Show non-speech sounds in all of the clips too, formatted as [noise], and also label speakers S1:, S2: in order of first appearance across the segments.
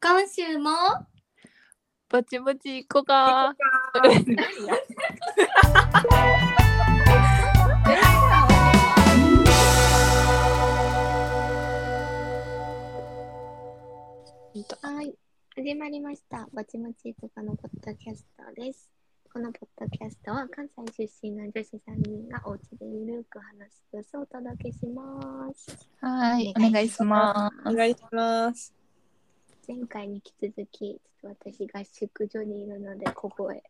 S1: 今週も
S2: ぼちぼち行こうか。
S1: はい始まりましたぼちぼちとかのポッドキャストですこのポッドキャストは関西出身の女子3人がお家でゆるく話す様子をお届けします
S2: はい、お願いしま
S1: お
S3: お
S1: 願
S3: 願
S1: い
S3: い
S1: し
S3: します。
S1: す前回に引き続きちょっと私が宿所にいるので小声イ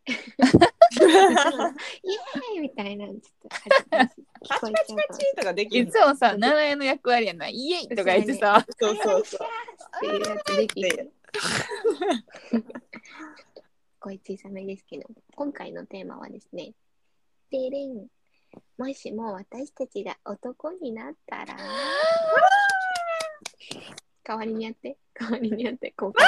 S1: [laughs] エーイみたいなのちょっと [laughs] 恥ずかしい聞こえちゃうかもしれない
S3: とかで
S2: す。いつもさ、奈良屋の役割やな、イエイとか言ってさ、
S3: そうそうそう。
S1: っていうやつで [laughs] き
S3: で
S1: る。声小さめですけど、今回のテーマはですね、てれん。もしも私たちが男になったら。代わりにやって、代わりにやって、こう。 [laughs]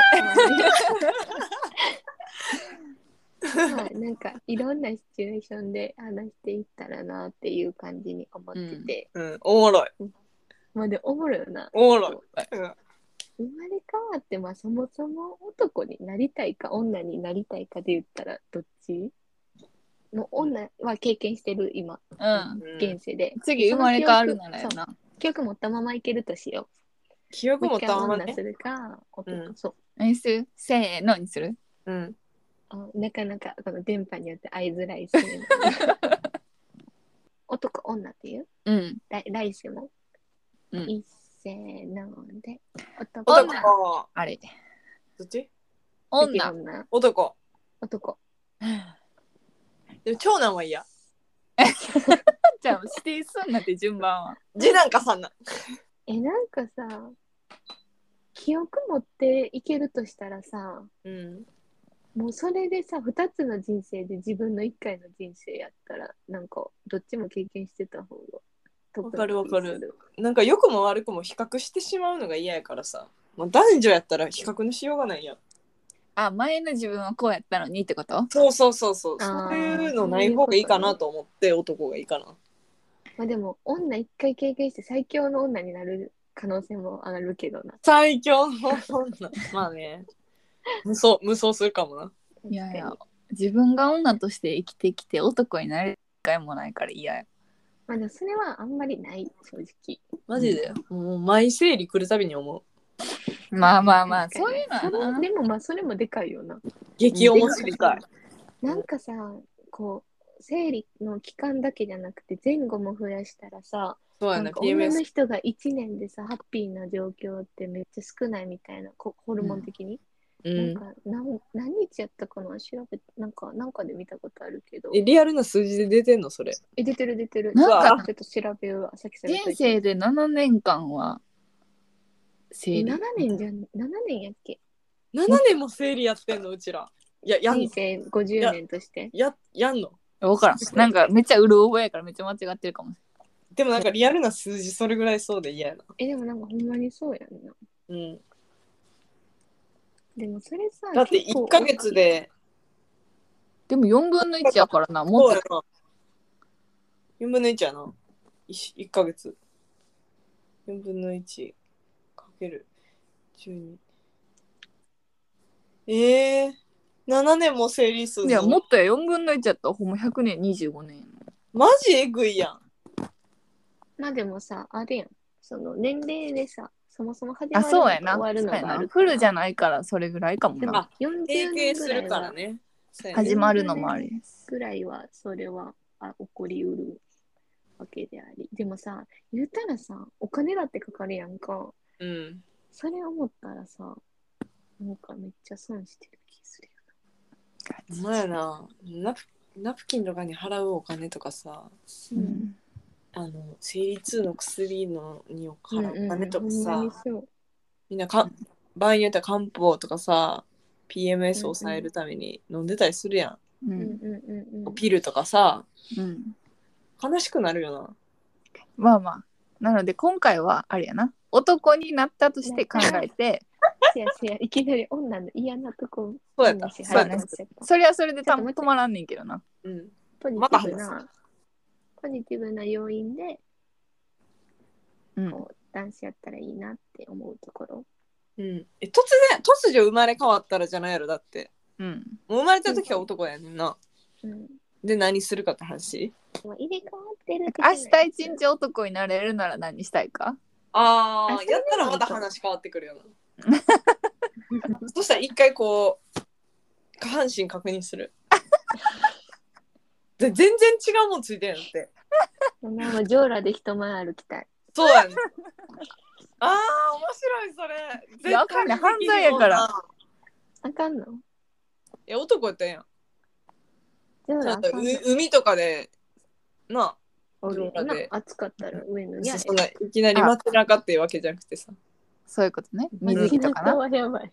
S1: まあなんかいろんなシチュエーションで話していったらなっていう感じに思ってて、
S3: うん、おもろい。
S1: まあでもおもろいよな
S3: おもろい。
S1: 生
S3: うん
S1: まれ変わって、まあ、そもそも男になりたいか女になりたいかで言ったらどっちの女は経験してる今、
S2: うん。
S1: 現世で
S2: 次生まれ変わるならやな。
S1: 記憶持ったままいけるとしよ
S3: 記
S1: う
S3: 憶
S1: もう
S3: も
S1: 一回
S3: たまん
S1: 女
S3: ね
S1: す。るか男、
S3: うん
S1: そう
S2: 何するせーのにする
S3: うん。
S1: あなかなかこの電波によって会いづらいし
S3: [laughs]
S1: 男女っていう
S2: うん。
S1: 来来週も、
S2: うん
S1: 一せーので男
S3: 男。
S1: 女
S2: あれ。
S3: どっち
S1: 敵
S2: 女。
S1: 女
S3: 男。
S1: 男
S3: でも長男は嫌。
S2: じゃあ指定すんなって順番は。
S3: 次男か三男。
S1: えなんかさ記憶持っていけるとしたらさ
S3: うん。
S1: もうそれでさ2つの人生で自分の1回の人生やったらなんかどっちも経験してた方が得な気
S3: わかるわかる
S1: す
S3: なんか良くも悪くも比較してしまうのが嫌やからさ。もう男女やったら比較のしようがないやん。
S2: [laughs] あ、前の自分はこうやったのにってこと
S3: そうそうそうそう。
S1: あー
S3: そういうのない方がいいかなと思って男がいいかな。
S1: まあでも女1回経験して最強の女になる可能性も上がるけどな
S3: 最強の女。まあね。無双、無双するかもな。
S2: いやいや
S1: 確かに、
S2: 自分が女として生きてきて男になる機会もないから嫌や。
S1: まあでもそれはあんまりない正直
S3: マジで、もう毎整理来るたびに思う。
S2: まあまあまあ、
S1: 確
S2: そ
S1: か
S2: う
S1: に
S2: いうのはな
S1: それでもまあそれもでかいよな
S3: 激面白いか
S1: なんかさこう生理の期間だけじゃなくて前後も増やしたらさ、
S3: そうや
S1: な
S3: な、
S1: んか女の
S3: PMS。
S1: 人が1年でさハッピーな状況ってめっちゃ少ないみたいなこホルモン的に、
S3: う
S1: なん
S3: ん。
S1: か何何日やったかな調べなんかなんかで見たことあるけど
S3: え、リアルな数字で出てんのそれ。
S1: え出てる出てる
S2: なん
S3: か
S1: ちょっとちょっと調べようわさっきさ
S2: 人生で7年間は生理
S1: 7年じゃん7年やっけ
S3: 7年も整理やってんの、うちら。や、やん
S1: 人
S3: の
S1: 生50年として
S3: や、やんの
S2: 分からんなんかめっちゃうる覚えやからめっちゃ間違ってるかもし
S3: でもなんかリアルな数字それぐらいそうで嫌やな。
S1: えでもなんかほんまにそうやんな
S3: うん。
S1: でもそれさ
S3: だって
S1: 結構
S3: 1ヶ月で、
S2: れんでも4分の1やからなも
S3: そう
S2: っ
S3: や
S2: と
S3: な。4分の1やな。1, 1ヶ月。4分の1かける12。ええー、7年も整理数
S2: いやもっとや4分の1やったらほんま100年25年
S3: マジえぐいやん。
S1: まあでもさあれやんその年齢でさそもそも始ま
S2: あ
S1: るの
S2: そうや
S1: と
S2: な
S1: 終わるのがある
S2: フルじ
S1: ゃ
S2: ゃないからそれぐらいかも
S1: でも
S2: な
S3: あ
S1: 40
S3: 提
S1: 年
S3: 携
S1: ぐ
S3: す
S1: らい
S3: るか
S1: は
S3: らね。そうやね
S2: 始まるのもありです
S1: ぐらいはそれはあ起こりうるわけでありでもさ言うたらさお金だってかかるやんか
S3: うん。
S1: それ思ったらさなんかめっちゃ損してる気する
S3: ほんまやなナプ。ナプキンとかに払うお金とかさ、
S2: う
S1: よな、
S2: ん
S3: あの生理痛の薬のにお
S1: うん
S3: 払うお金とかさ、
S1: ほんまにそう
S3: みんなか場合によっては漢方とかさ、PMS
S1: う
S3: を
S1: んうん
S3: 抑えるために飲んでたりするやん。
S1: うん
S2: うん
S1: うんうんうん
S3: ピルとかさ、
S2: うん
S3: 悲しくなるよな。
S2: まあまあなので今回はあれやな男になったとして考えて
S1: せやせやいきなり女の嫌なとこ
S3: そうやった。
S1: 話し
S3: そうや
S1: 始ま
S3: った
S1: っ。ちゃった
S2: それはそれで多分止まらんねんけどな
S3: うん。
S1: ポジ
S3: また
S1: ティブ
S3: 話
S1: なポジティブな要因で
S2: うん
S1: こう男子やったらいいなって思うところ
S3: うん、え突然突如生まれ変わったらじゃないやろだって
S2: うん
S3: もう生まれた時は男やねんな、
S1: うん。
S3: で何するかって話
S1: もう入れ替わってる的な
S2: 明
S1: やつ。
S2: 日一日男になれるなら何したいか
S3: あ
S1: あ
S3: あ
S1: それ
S3: やったらまた話変わってくるよ
S2: [laughs]
S3: なそしたら一回こう下半身確認する [laughs] で全然違うもんついてるんやって
S1: もうジョーラで一回歩きたい。
S3: そうやねんああ面白いそれ
S2: いやあかんねん犯罪やから
S1: あかんの
S3: いや男やったらええやん
S1: ジョー
S3: ち
S1: ラ
S3: ゃ
S1: あ
S3: んと
S1: かん
S3: う
S1: の
S3: 海とかでなあ
S1: 俺
S3: ジョーラ
S1: な
S3: で
S1: 暑かったら上の
S3: い
S1: に
S3: やそんないきなり街中っていうわけじゃなくてさ。
S2: そういうことね水
S1: 街
S2: 着とか
S1: 中
S2: な
S1: はやばい。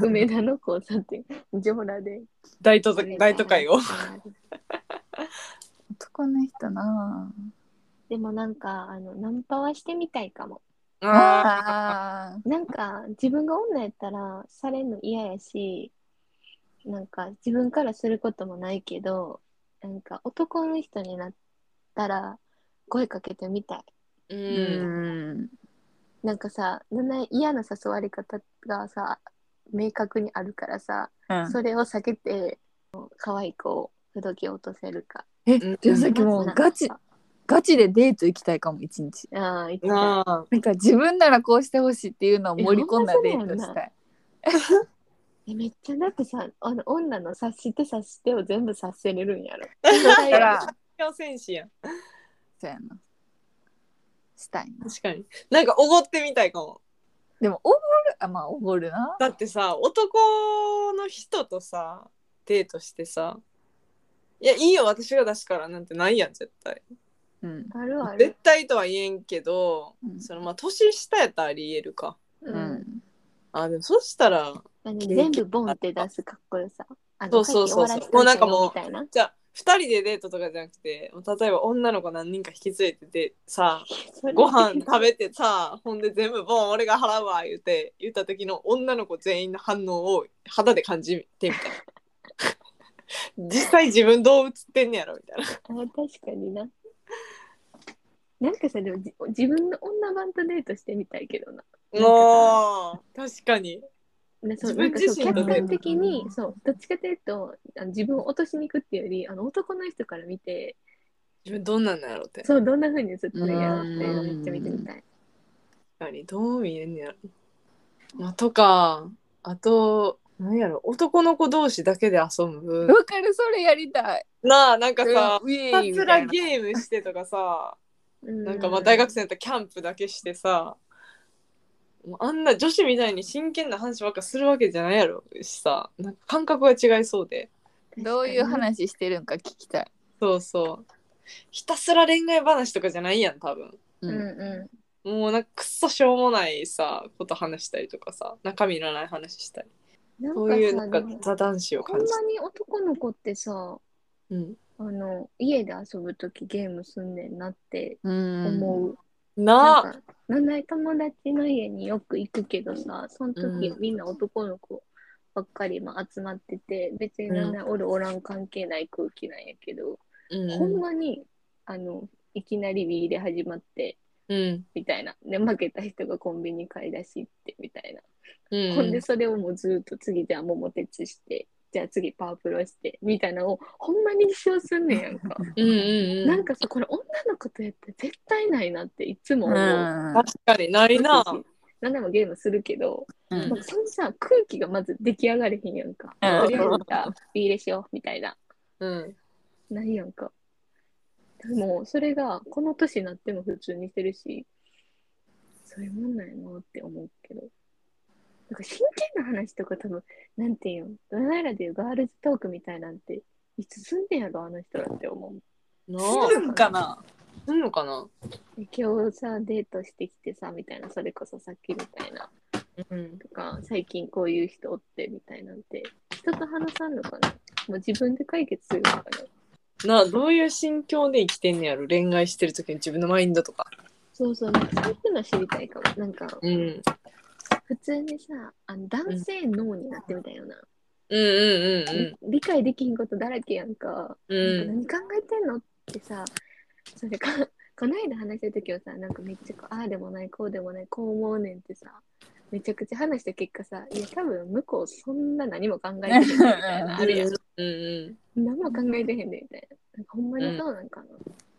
S3: [laughs]
S1: 梅田の交差点、ジョーラで。
S3: 大都大都会を。
S2: 男の人な
S1: でもなんかあのナンパはしてみたいかも。
S2: あ
S3: あ
S2: あー
S1: なんか自分が女やったらされんの嫌やし、なんか自分からすることもないけど、なんか男の人になったら声かけてみたい。
S3: う。
S2: うんん
S1: なんかさ、な嫌な誘われ方がさ、明確にあるからさ、
S2: うん
S1: それを避けて、可愛い子を口説き落とせるか。
S2: え
S3: うん
S2: じゃあさっきもうガチガチでデート行きたいかも一日
S1: ああ、言ってた。
S3: なあ。
S2: なんか自分ならこうしてほしいっていうのを盛り込んだデートしたい
S1: えめっちゃだってさ、あの女の察して察してを全部察せれるんや
S3: [laughs]
S1: ろ。
S2: だから
S3: 環境戦士やん。
S2: そうやなしたいな
S3: 確かに。なんかおごってみたいかも。
S2: でもおごるあまあおごるな
S3: だってさ、男の人とさ、デートしてさ、いや、いいよ、私が出すからなんてないやん、絶対。
S2: うん
S1: あるあ
S3: 絶
S1: る。
S3: 対とは言えんけど、
S2: うん
S3: そのまあ、年下やったらありえるか。
S1: う。
S2: うんん
S3: あ、でもそしたら、
S1: あの全部ボンって出すかっこよさ。あの
S3: そうそうそうそ
S1: さ
S3: う
S1: っき終わらせといたよみたいな。
S3: じゃあ、2人でデートとかじゃなくて、例えば女の子何人か引き連れててさ、
S1: それ
S3: [laughs] ご飯食べてさ、ほんで全部ボン俺が払うわ言うて言った時の女の子全員の反応を肌で感じてみたいな。 [laughs] 実際自分どう映ってんねやろみたいな。
S1: [laughs] あ確かにな。なんかさ、でもじ自分の女版とデートしてみたいけどな。
S3: もう確かに。
S1: ねそう
S3: 自
S1: な
S3: 分
S1: んかそう
S3: 自身
S1: 客
S2: の
S1: 観的に
S2: うん
S1: そうどっちかというとあの自分を落としに行くっていうよりあの男の人から見て
S3: 自分どんなんなんやろって。確
S1: そうどんな風に映ってるやろっていうのめっちゃ見てみたい。
S3: かにどう見えんねやろ。まあ、とか、あと、何やろ、男の子同士だけで遊ぶ。
S2: わかるそれやりたい
S3: なあ、なんかさ、
S2: うんウェ
S3: ひ
S2: イ
S3: た
S2: み
S3: す
S2: た
S3: ら
S2: いな
S3: ゲームしてとかさ、
S1: な
S3: なんかまあ大学生だったらキャンプだけしてさ、もうあんな女子みたいに真剣な話ばっかするわけじゃないやろしさ、なんか感覚が違いそうで。
S2: どういう話してるんか聞きたい
S3: そうそう。ひたすら恋愛話とかじゃないやん、多分。
S1: うん
S2: うん
S1: う
S3: もうなんかくっそしょうもないさ、こと話したりとかさ、中身いらない話した
S1: ん。
S3: り。
S1: なんかさ
S3: そういうなんか
S1: でも
S3: 座談子を
S1: ほん
S3: 感
S1: ま
S3: じた。
S1: に男の子ってさ
S3: うん、
S1: あの家で遊ぶ時ゲームすんねんなって
S2: うん
S1: 思う。
S3: な
S1: な
S3: あ
S1: んかなんない友達の家によく行くけどさその時
S3: うん
S1: みんな男の子ばっかり、まあ、集まってて別になんないおるおらん関係ない空気なんやけど、
S3: うん
S1: ほんまにあのいきなり B で始まって
S3: うん
S1: みたいなで負けた人がコンビニ買い出し行ってみたいな。
S3: うん
S1: ほんでそれをもうずっと次じゃあ桃鉄してじゃあ次パワープロしてみたいなのをほんまに一生すんねんやんか
S3: うんうんうん
S1: なんかさこれ女の子とやって絶対ないなっていつも
S2: う
S1: 思う、
S2: ん
S3: 確かにないな。
S1: 何でもゲームするけど、
S2: うん
S1: なんかそのさ空気がまず出来上がれへんやんか、
S2: うん
S1: とりあえずじゃあビーレしようみたいな
S3: うん
S1: ないやんかでもそれがこの年になっても普通にしてるしそういうもんなんやなって思うけどなんか真剣な話とか多分なんていうんドナイラでいうガールズトークみたいなんていつすんねんやろあの人らって思う
S3: なあ
S2: するんかな
S3: すんのかな
S1: で今日さデートしてきてさみたいなそれこそさっきみたいな
S3: うん
S1: とか最近こういう人おってみたいなんて人と話さんのかなもう自分で解決するのかな
S3: などういう心境で生きてんねやろ恋愛してる時の自分のマインドとか。
S1: そうそうなんかそういうの知りたいかもなんか
S3: うん、うん
S1: 普通にさあの男性脳になってみたいよな、
S3: うんうん
S1: 理解できひんことだらけやんか,、
S3: うんう
S1: なんか何考えてんのってさそれ [laughs] かこの間話した時はさなんかめっちゃこうああでもないこうでもないこう思うねんってさめちゃくちゃ話した結果さいや多分向こうそんな何も考えてへんみ [laughs] たいなあるやん
S3: うんうん
S1: 何も考えてへんでみたいななんかほんまにそうなんかなっ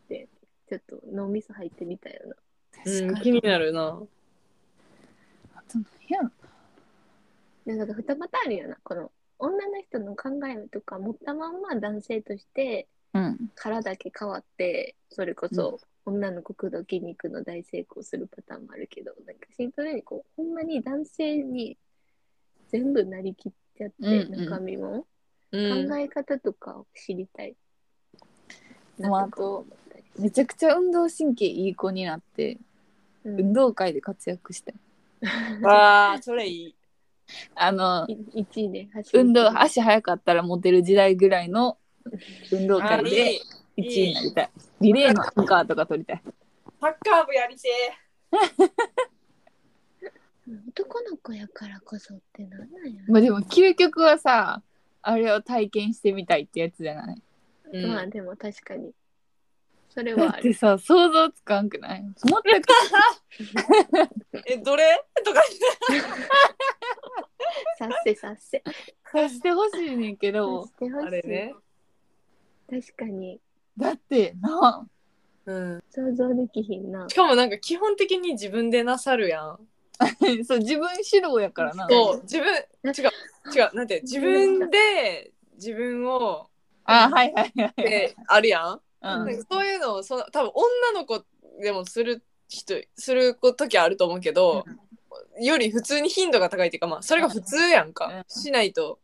S1: て、ちょっと脳みそ入ってみたような
S3: うん、気になるな。
S2: あと何やろ
S1: でなんか二パターンあるよなこの女の人の考えとか持ったまんま男性として
S2: うん
S1: 殻だけ変わってそれこそ女の子口説きに行くの大成功するパターンもあるけどなんかシンプルにこうほんまに男性に全部なりきっちゃって、
S2: うんうん
S1: 中身も、
S3: うん
S1: 考え方とかを知りたい。
S2: もうあとめちゃくちゃ運動神経いい子になって
S1: うん
S2: 運動会で活躍したい
S3: ああ、それいい。
S2: あの
S1: い1位で走る
S2: 運動足速かったらモテる時代ぐらいの運動
S3: あ
S2: 会
S3: いい
S2: で1位になりたいリレーのアンカーとか取りたい
S3: サッカー部やりて
S1: 男の子やからこそってなんなんや、
S2: まあでも究極はさあれを体験してみたいってやつじゃない
S3: え。
S1: まあでも確かにそれ
S2: だ
S1: はあ
S2: っ [laughs]
S1: る
S2: てさ想像つかんくない全く
S3: え、どれとか。
S1: さっせさっせさ
S2: さしてほしいねんけど
S1: してほ
S3: あれ
S1: しい、
S3: ね。
S1: 確かに
S2: だってな [laughs]
S3: うん。
S1: 想像できひんな
S3: しかもなんか基本的に自分でなさるやん。
S2: そう自分指導やからな
S3: そう、自分、違う、違う、なんて、自分で自分を、
S2: あはいはいはいはい、
S3: で、あるやん。
S2: うん
S3: なんかそういうのを、その、多分女の子でもする人、する時あると思うけど、より普通に頻度が高いっていうか、まあ、それが普通やんか。
S2: うん
S3: しないと、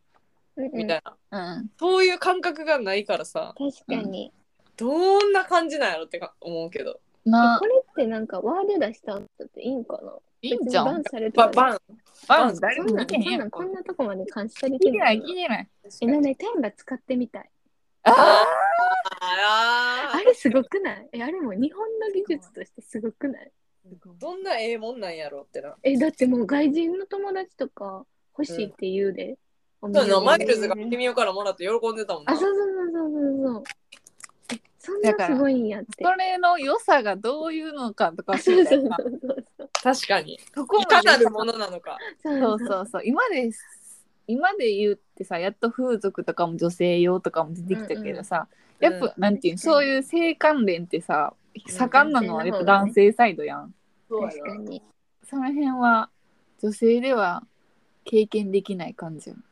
S3: みたいな。
S2: うん
S3: そういう感覚がないからさ、
S1: うん確かに、
S3: どんな感じなんやろってか思うけど。
S2: な
S1: これってなんかワード出したんだっていいんかない
S2: いんじゃ
S1: 別にバ
S2: ん
S1: ンされて
S3: バ
S1: た
S3: バン。
S2: バン
S3: バン
S2: 誰
S1: そ
S2: も
S1: んな
S2: 見
S1: ん
S2: て
S1: そ
S2: へん
S1: ん
S2: や
S1: なんんこんなとこまで監視され
S2: 聞
S1: て
S2: い
S1: る
S2: てない聞いてない
S1: えなんでテンが使ってみたい
S2: あ
S3: あ
S1: あれすごくないえあれも日本の技術としてすごくない
S3: ーどんなええもんなんやろってな。
S1: えだってもう外人の友達とか欲しいって言うで、お土
S3: そう
S1: 産
S3: やな、
S1: で
S3: マイルズが「君よ」からもらって喜んでたもんな。
S1: あそうそうそうそうそうそうえそんなすごいんやって
S2: それの良さがどういうのかとか
S1: あそうそうそう
S2: そ
S3: [laughs]
S1: そうそう
S3: 確かに。
S2: こ
S3: いか
S2: まで
S3: なるものなのか。
S1: そ
S2: そううそうそう今です今で言うってさやっと風俗とかも女性用とかも出てきたけどさ、
S3: うん
S2: やっぱ、
S1: うん
S2: なんていうんそういう性関連ってさ盛んなのはやっぱ男性サイドやん、
S1: 確かに
S2: その辺は女性では経験できない感じやん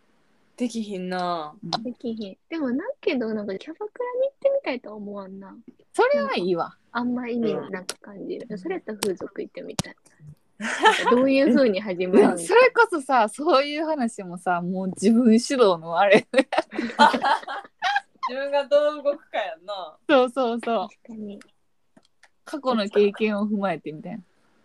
S3: できひんな。
S1: できひんでもなんけどなんかキャバクラに行ってみたいとは思わんな
S2: それはいいわ
S1: あんま意味なく感じる、それやったら風俗行ってみた
S2: [laughs]
S1: いなんかどういうふうに始まるの
S2: それこそさそういう話もさもう自分指導のあれ [laughs]
S3: 自分がどう動くかやんな。
S2: そうそうそう
S1: 確かに
S2: 過去の経験を踏まえてみたい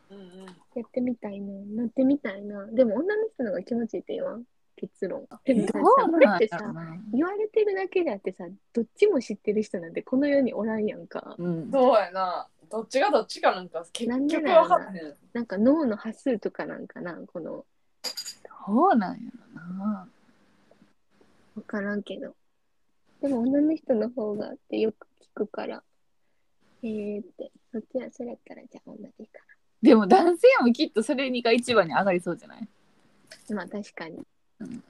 S2: な
S3: うんうん。
S1: やってみたいな乗ってみたいなでも女の人の方が気持ちいいって言わん結論でもさこれってさ
S2: な
S1: 言われてるだけであってさどっちも知ってる人なんてこの世におらんやんか
S2: うん
S3: そうやな。どっちがどっちかなんか結
S1: なんで
S3: 局
S1: なんや
S3: わ
S1: ろ
S3: か
S1: なん
S3: へん。
S1: なんか脳の波数とかなんかなこの
S2: そうなんやろな
S1: 分からんけどでも女の人の方がってよく聞くからえー、ってそっちはそれやったらじゃあ女でいいか
S2: でも男性もきっとそれが一番に上がりそうじゃない
S1: なまあ確かに
S3: うん。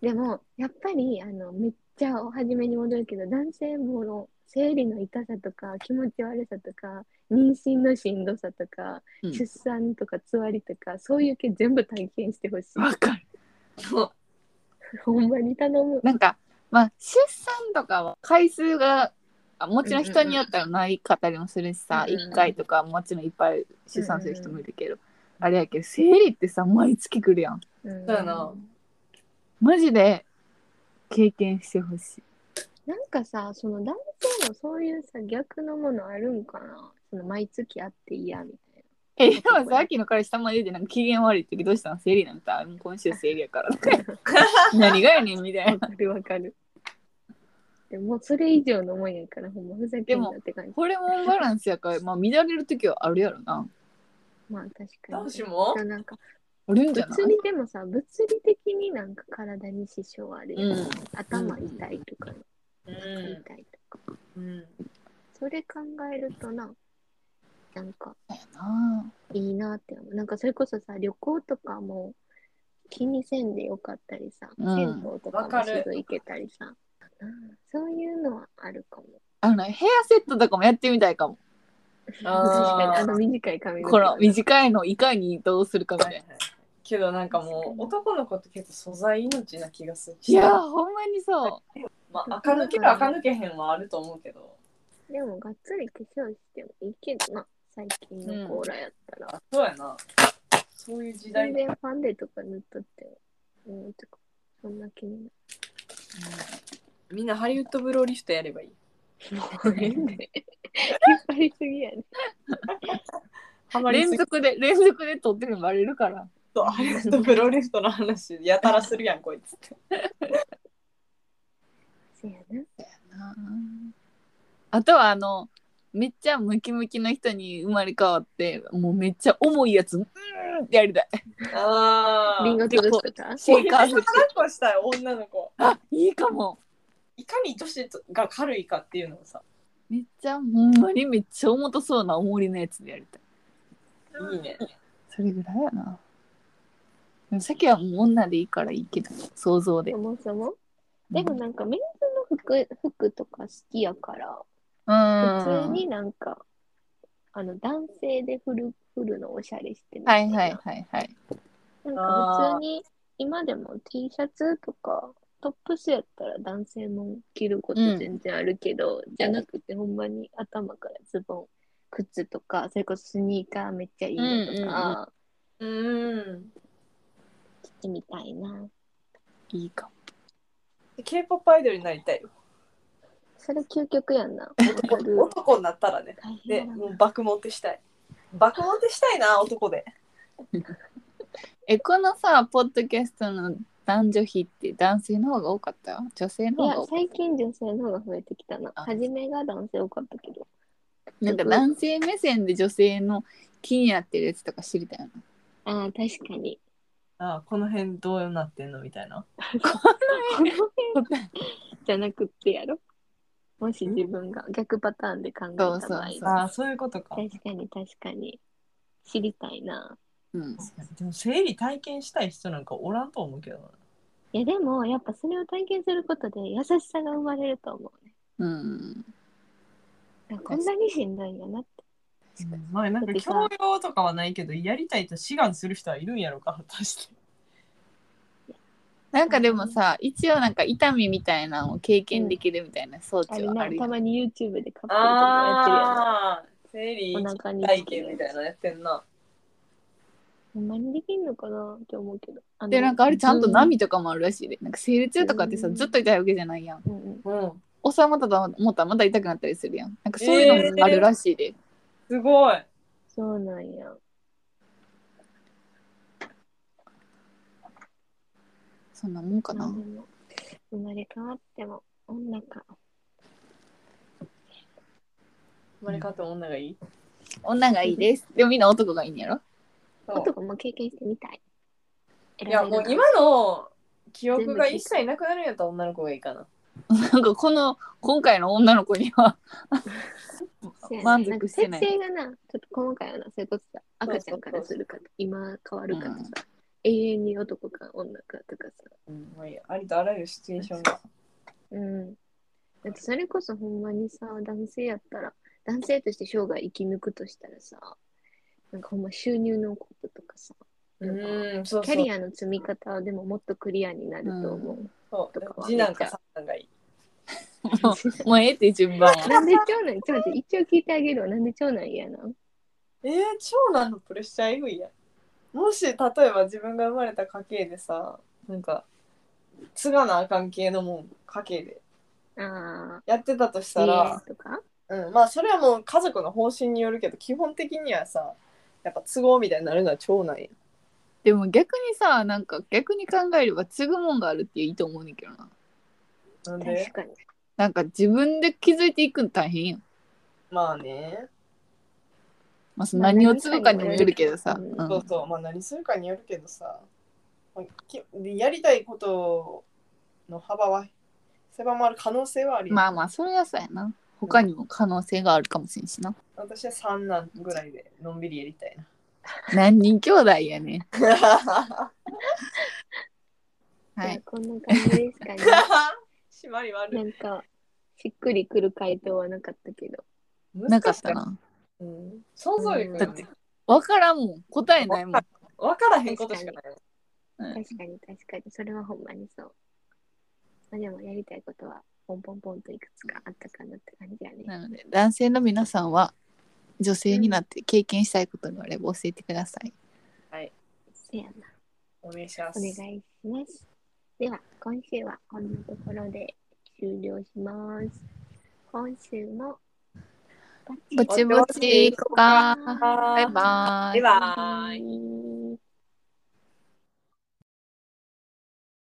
S1: でもやっぱりあのめっちゃお初めに戻るけど男性もの生理の痛さとか気持ち悪さとか妊娠のしんどさとか、
S2: うん
S1: 出産とかつわりとかそういう系全部体験して
S3: [laughs]
S1: ほしい
S2: かる
S3: そう。
S1: ほんまに頼む
S2: なんかまあ出産とかは回数があもちろん人によったらない方もするしさ、
S3: うんうん
S2: 1回とかもちろんいっぱい出産する人もいるけど、あれやけど生理ってさ毎月来るやん
S1: うん
S3: そうやな
S2: マジで経験してほしい
S1: なんかさ、その男性もそういうさ、逆のものあるんかなその毎月あって嫌みたい
S2: えでもさっきの彼氏たまに言うてなんか機嫌悪いってどうしたの生理なんて [laughs] あもう今週生理やからって何がやねんみたい
S1: な。
S2: な
S1: わかるわかる。 [laughs] でも、それ以上のもんやから、ほんまふざけんなって感じ。
S2: ホルモンバランスやからまあ乱れる時はあるやろな
S1: まあ確か
S3: 男
S1: に。
S3: 子も
S1: そうなんか、
S2: あるんじゃない
S1: 物理でもさ、物理的になんか体に支障あるやん、
S2: うん
S1: 頭痛いとか、
S3: う
S1: お腹
S3: ん
S1: 痛いとか。
S3: うん。
S1: それ考えるとな、なんか
S2: だよない
S1: いなって思うなんかそれこそさ旅行とかも気にせんでよかったりさ、
S2: うん
S1: 銭湯とか
S3: わ
S1: も
S3: か
S1: す
S3: る
S1: ぐ行けたりさうんそういうのはあるかも
S2: あのヘアセットとかもやってみたいかも
S1: 確かに
S3: あ
S1: あ
S3: ー
S1: の短い髪の毛
S2: こ
S1: は
S2: の短いのいかにどうするかみたいな
S3: けどなんかもう男の子って結構素材命な気がする
S2: いやーほんまにそう
S3: まあ垢抜ける垢抜けへんはあると思うけど
S1: でもがっつり化粧してもいいけどな最近のコーラやったら、
S3: あそうやなそういう時代
S1: 全
S3: に
S1: 然ファンデとか塗っとってもうんとかそんな気にな
S3: みんなハリウッドブローリフトやればいい
S1: るもう変で [laughs] 引っ張りすぎやね
S3: ハマ
S2: 連続で連続で撮ってるのバレるから
S3: とハリウッドブローリフトの話やたらするやんこいつって
S1: そうやな
S2: あとはあのめっちゃムキムキの人に生まれ変わってもうめっちゃ重いやつうーんってやりた [laughs] い
S3: あ [laughs]
S1: リンゴ
S3: 学
S1: 潰すとか
S2: シェイカーズ
S3: 校したい女の子
S2: あいいかも
S3: いかに女子が軽いかっていうのをさ
S2: めっちゃほんまにめっちゃ重たそうな重りのやつでやりたい
S3: いいね
S2: それぐらいやなでもさっきはもう女でいいからいいけど想像で
S1: そもそもでもなんかメンズの服服とか好きやから
S2: うん
S1: 普通になんか、あの男性でフルフルのおしゃれしてるみ
S2: は
S1: たい
S2: い
S1: な
S2: はいはいはい
S1: なんか普通に今でも T シャツとかトップスやったら男性も着ること全然あるけど、じゃなくてほんまに頭からズボン靴とかそれこそスニーカーめっちゃいいのと
S2: うんうん
S1: か
S3: うん
S1: 着てみたいな、
S2: [laughs] いいかも
S3: k p o p アイドルになりたいよ
S1: それ究極やんな
S3: 男男になったらね
S1: 大変や
S3: で
S1: な
S3: もう爆モテしたい爆モテしたいな男で
S2: えこのさポッドキャストの男女比って男性の方が多かった女性の
S1: い
S2: 方が
S1: や
S2: 多かっ
S1: 最近女性の方が増えてきたな
S2: あ
S1: 初めが男性多かったけど
S2: たなんか男性目線で女性の気になってるやつとか知りたいよな
S1: ああ確か
S2: [laughs]
S1: に
S3: あこの辺どうなってんのみたいな
S1: この辺じゃなくってやろもし自分が逆パターンで考えた場合
S2: そうそうそう
S3: あそういうことか
S1: 確かに確かに知りたいな
S2: うん
S3: でも生理体験したい人なんかおらんと思うけどない
S1: やでもやっぱそれを体験することで優しさが生まれると思うね
S2: うん
S1: なんかこんなにしんどいんやなって
S3: うんまあなんか教養とかはないけどやりたいと志願する人はいるんやろか果たして
S2: なんかでもさ一応なんか痛みみたいなのを経験できるみたいな装
S1: あ
S2: 置
S1: れ
S2: はあ
S1: な
S2: るよ
S1: たまに YouTube でカップルとか
S3: ああ生理
S1: やってるやんお腹に
S3: 体験みたいなのやってんな
S1: ほんまにできんのかなって思うけどあの
S2: でなんかあれちゃんと
S1: ズ
S2: 波とかもあるらしいでなんか生理中とかってさ
S1: うん
S2: ずっと痛いわけじゃないやん
S1: ームうんうん
S3: うん
S2: 収まったと思ったらまた痛くなったりするやんなんかそういうのもあるらしいで、
S3: すごい
S1: そうなんや
S2: そんなもんかな、
S1: まあでも生まれ変わっても女か
S3: 生まれ変わっても女がいい
S2: 女がいいですでもみんな男がいいんやろ
S3: そう
S1: 男も経験してみたい
S3: いやもう今の記憶が一切なくなるんやったら女の子がいいかな
S2: なんかこの今回の女の子には満足してな
S1: ん
S2: い
S1: か設定がな、ちょっと細かいよな、そういうことさ、赤ちゃんからするかと、今変わるかとさ、永遠に男か女かとかさ。
S3: うんまあいいやありとあらゆるシチュエーションが
S1: うん。だってそれこそほんまにさ、男性やったら、男性として生涯生き抜くとしたらさ、なんかほんま収入のこととかさ、うん
S3: うんそう
S1: キ
S3: そ
S1: ャ
S3: う
S1: リアの積み方はでももっとクリアになると思う。
S3: そ
S1: と
S3: う
S1: かは
S3: 次男か三男がいい
S2: もうもうええって順番は
S1: なんで長男、ちょっと一応聞いてあげるわ、なんで長男嫌なの
S3: えー、長男のプレッシャーえぐいやんもし例えば自分が生まれた家系でさなんか継がなあかん系のもん家系で
S1: あ
S3: やってたとし
S1: あ、
S3: たら、
S1: とか
S3: うん、まあそれはもう家族の方針によるけど基本的にはさやっぱ都合みたいになるのは長男や
S2: でも逆にさなんか逆に考えれば継ぐもんがあるっていいと思うねんけどな
S3: なんで
S1: 確かに。
S2: なんか自分で気づいていくの大変やん、
S3: まあね、
S2: まあ、その
S1: まあ
S2: 何を継ぐかにもよるけどさ、
S1: 何
S2: う
S1: か
S2: ん
S3: そうそうまあ何するかによるけどさ、まあきやりたいことの幅は狭まる可能性はあり
S2: まあまあそれはそうやな他にも可能性があるかもしれんしな。
S3: 私は三男ぐらいでのんびりやりた [laughs] い
S2: 何人兄弟やね。
S3: な。
S1: じゃ
S2: は
S1: あ
S2: い。
S1: こんな感じですかね。
S3: 締まり
S1: [laughs]
S3: 悪。
S1: ないんか、しっくりくる回答はなかったけど。
S2: なかったな。
S3: うん。想像力が
S2: だっ
S3: ね
S2: てわからんもん。答えないもん。
S3: わからへんことしかない。
S2: うん
S1: 確かに確かに、それはほんまにそう。まあでもやりたいことは、ポンポンポンといくつかあったかなって感じやね。
S2: なので [laughs] 男性の皆さんは女性になって経験したいことがあれば教えてください。
S1: せやな。
S3: お願いしま
S1: お願いします。では、今週はこんなところで終了します。今週も、
S2: ぼちぼちいこうか。
S1: バ
S2: バイバーイ。
S3: バイバイ。
S1: イ。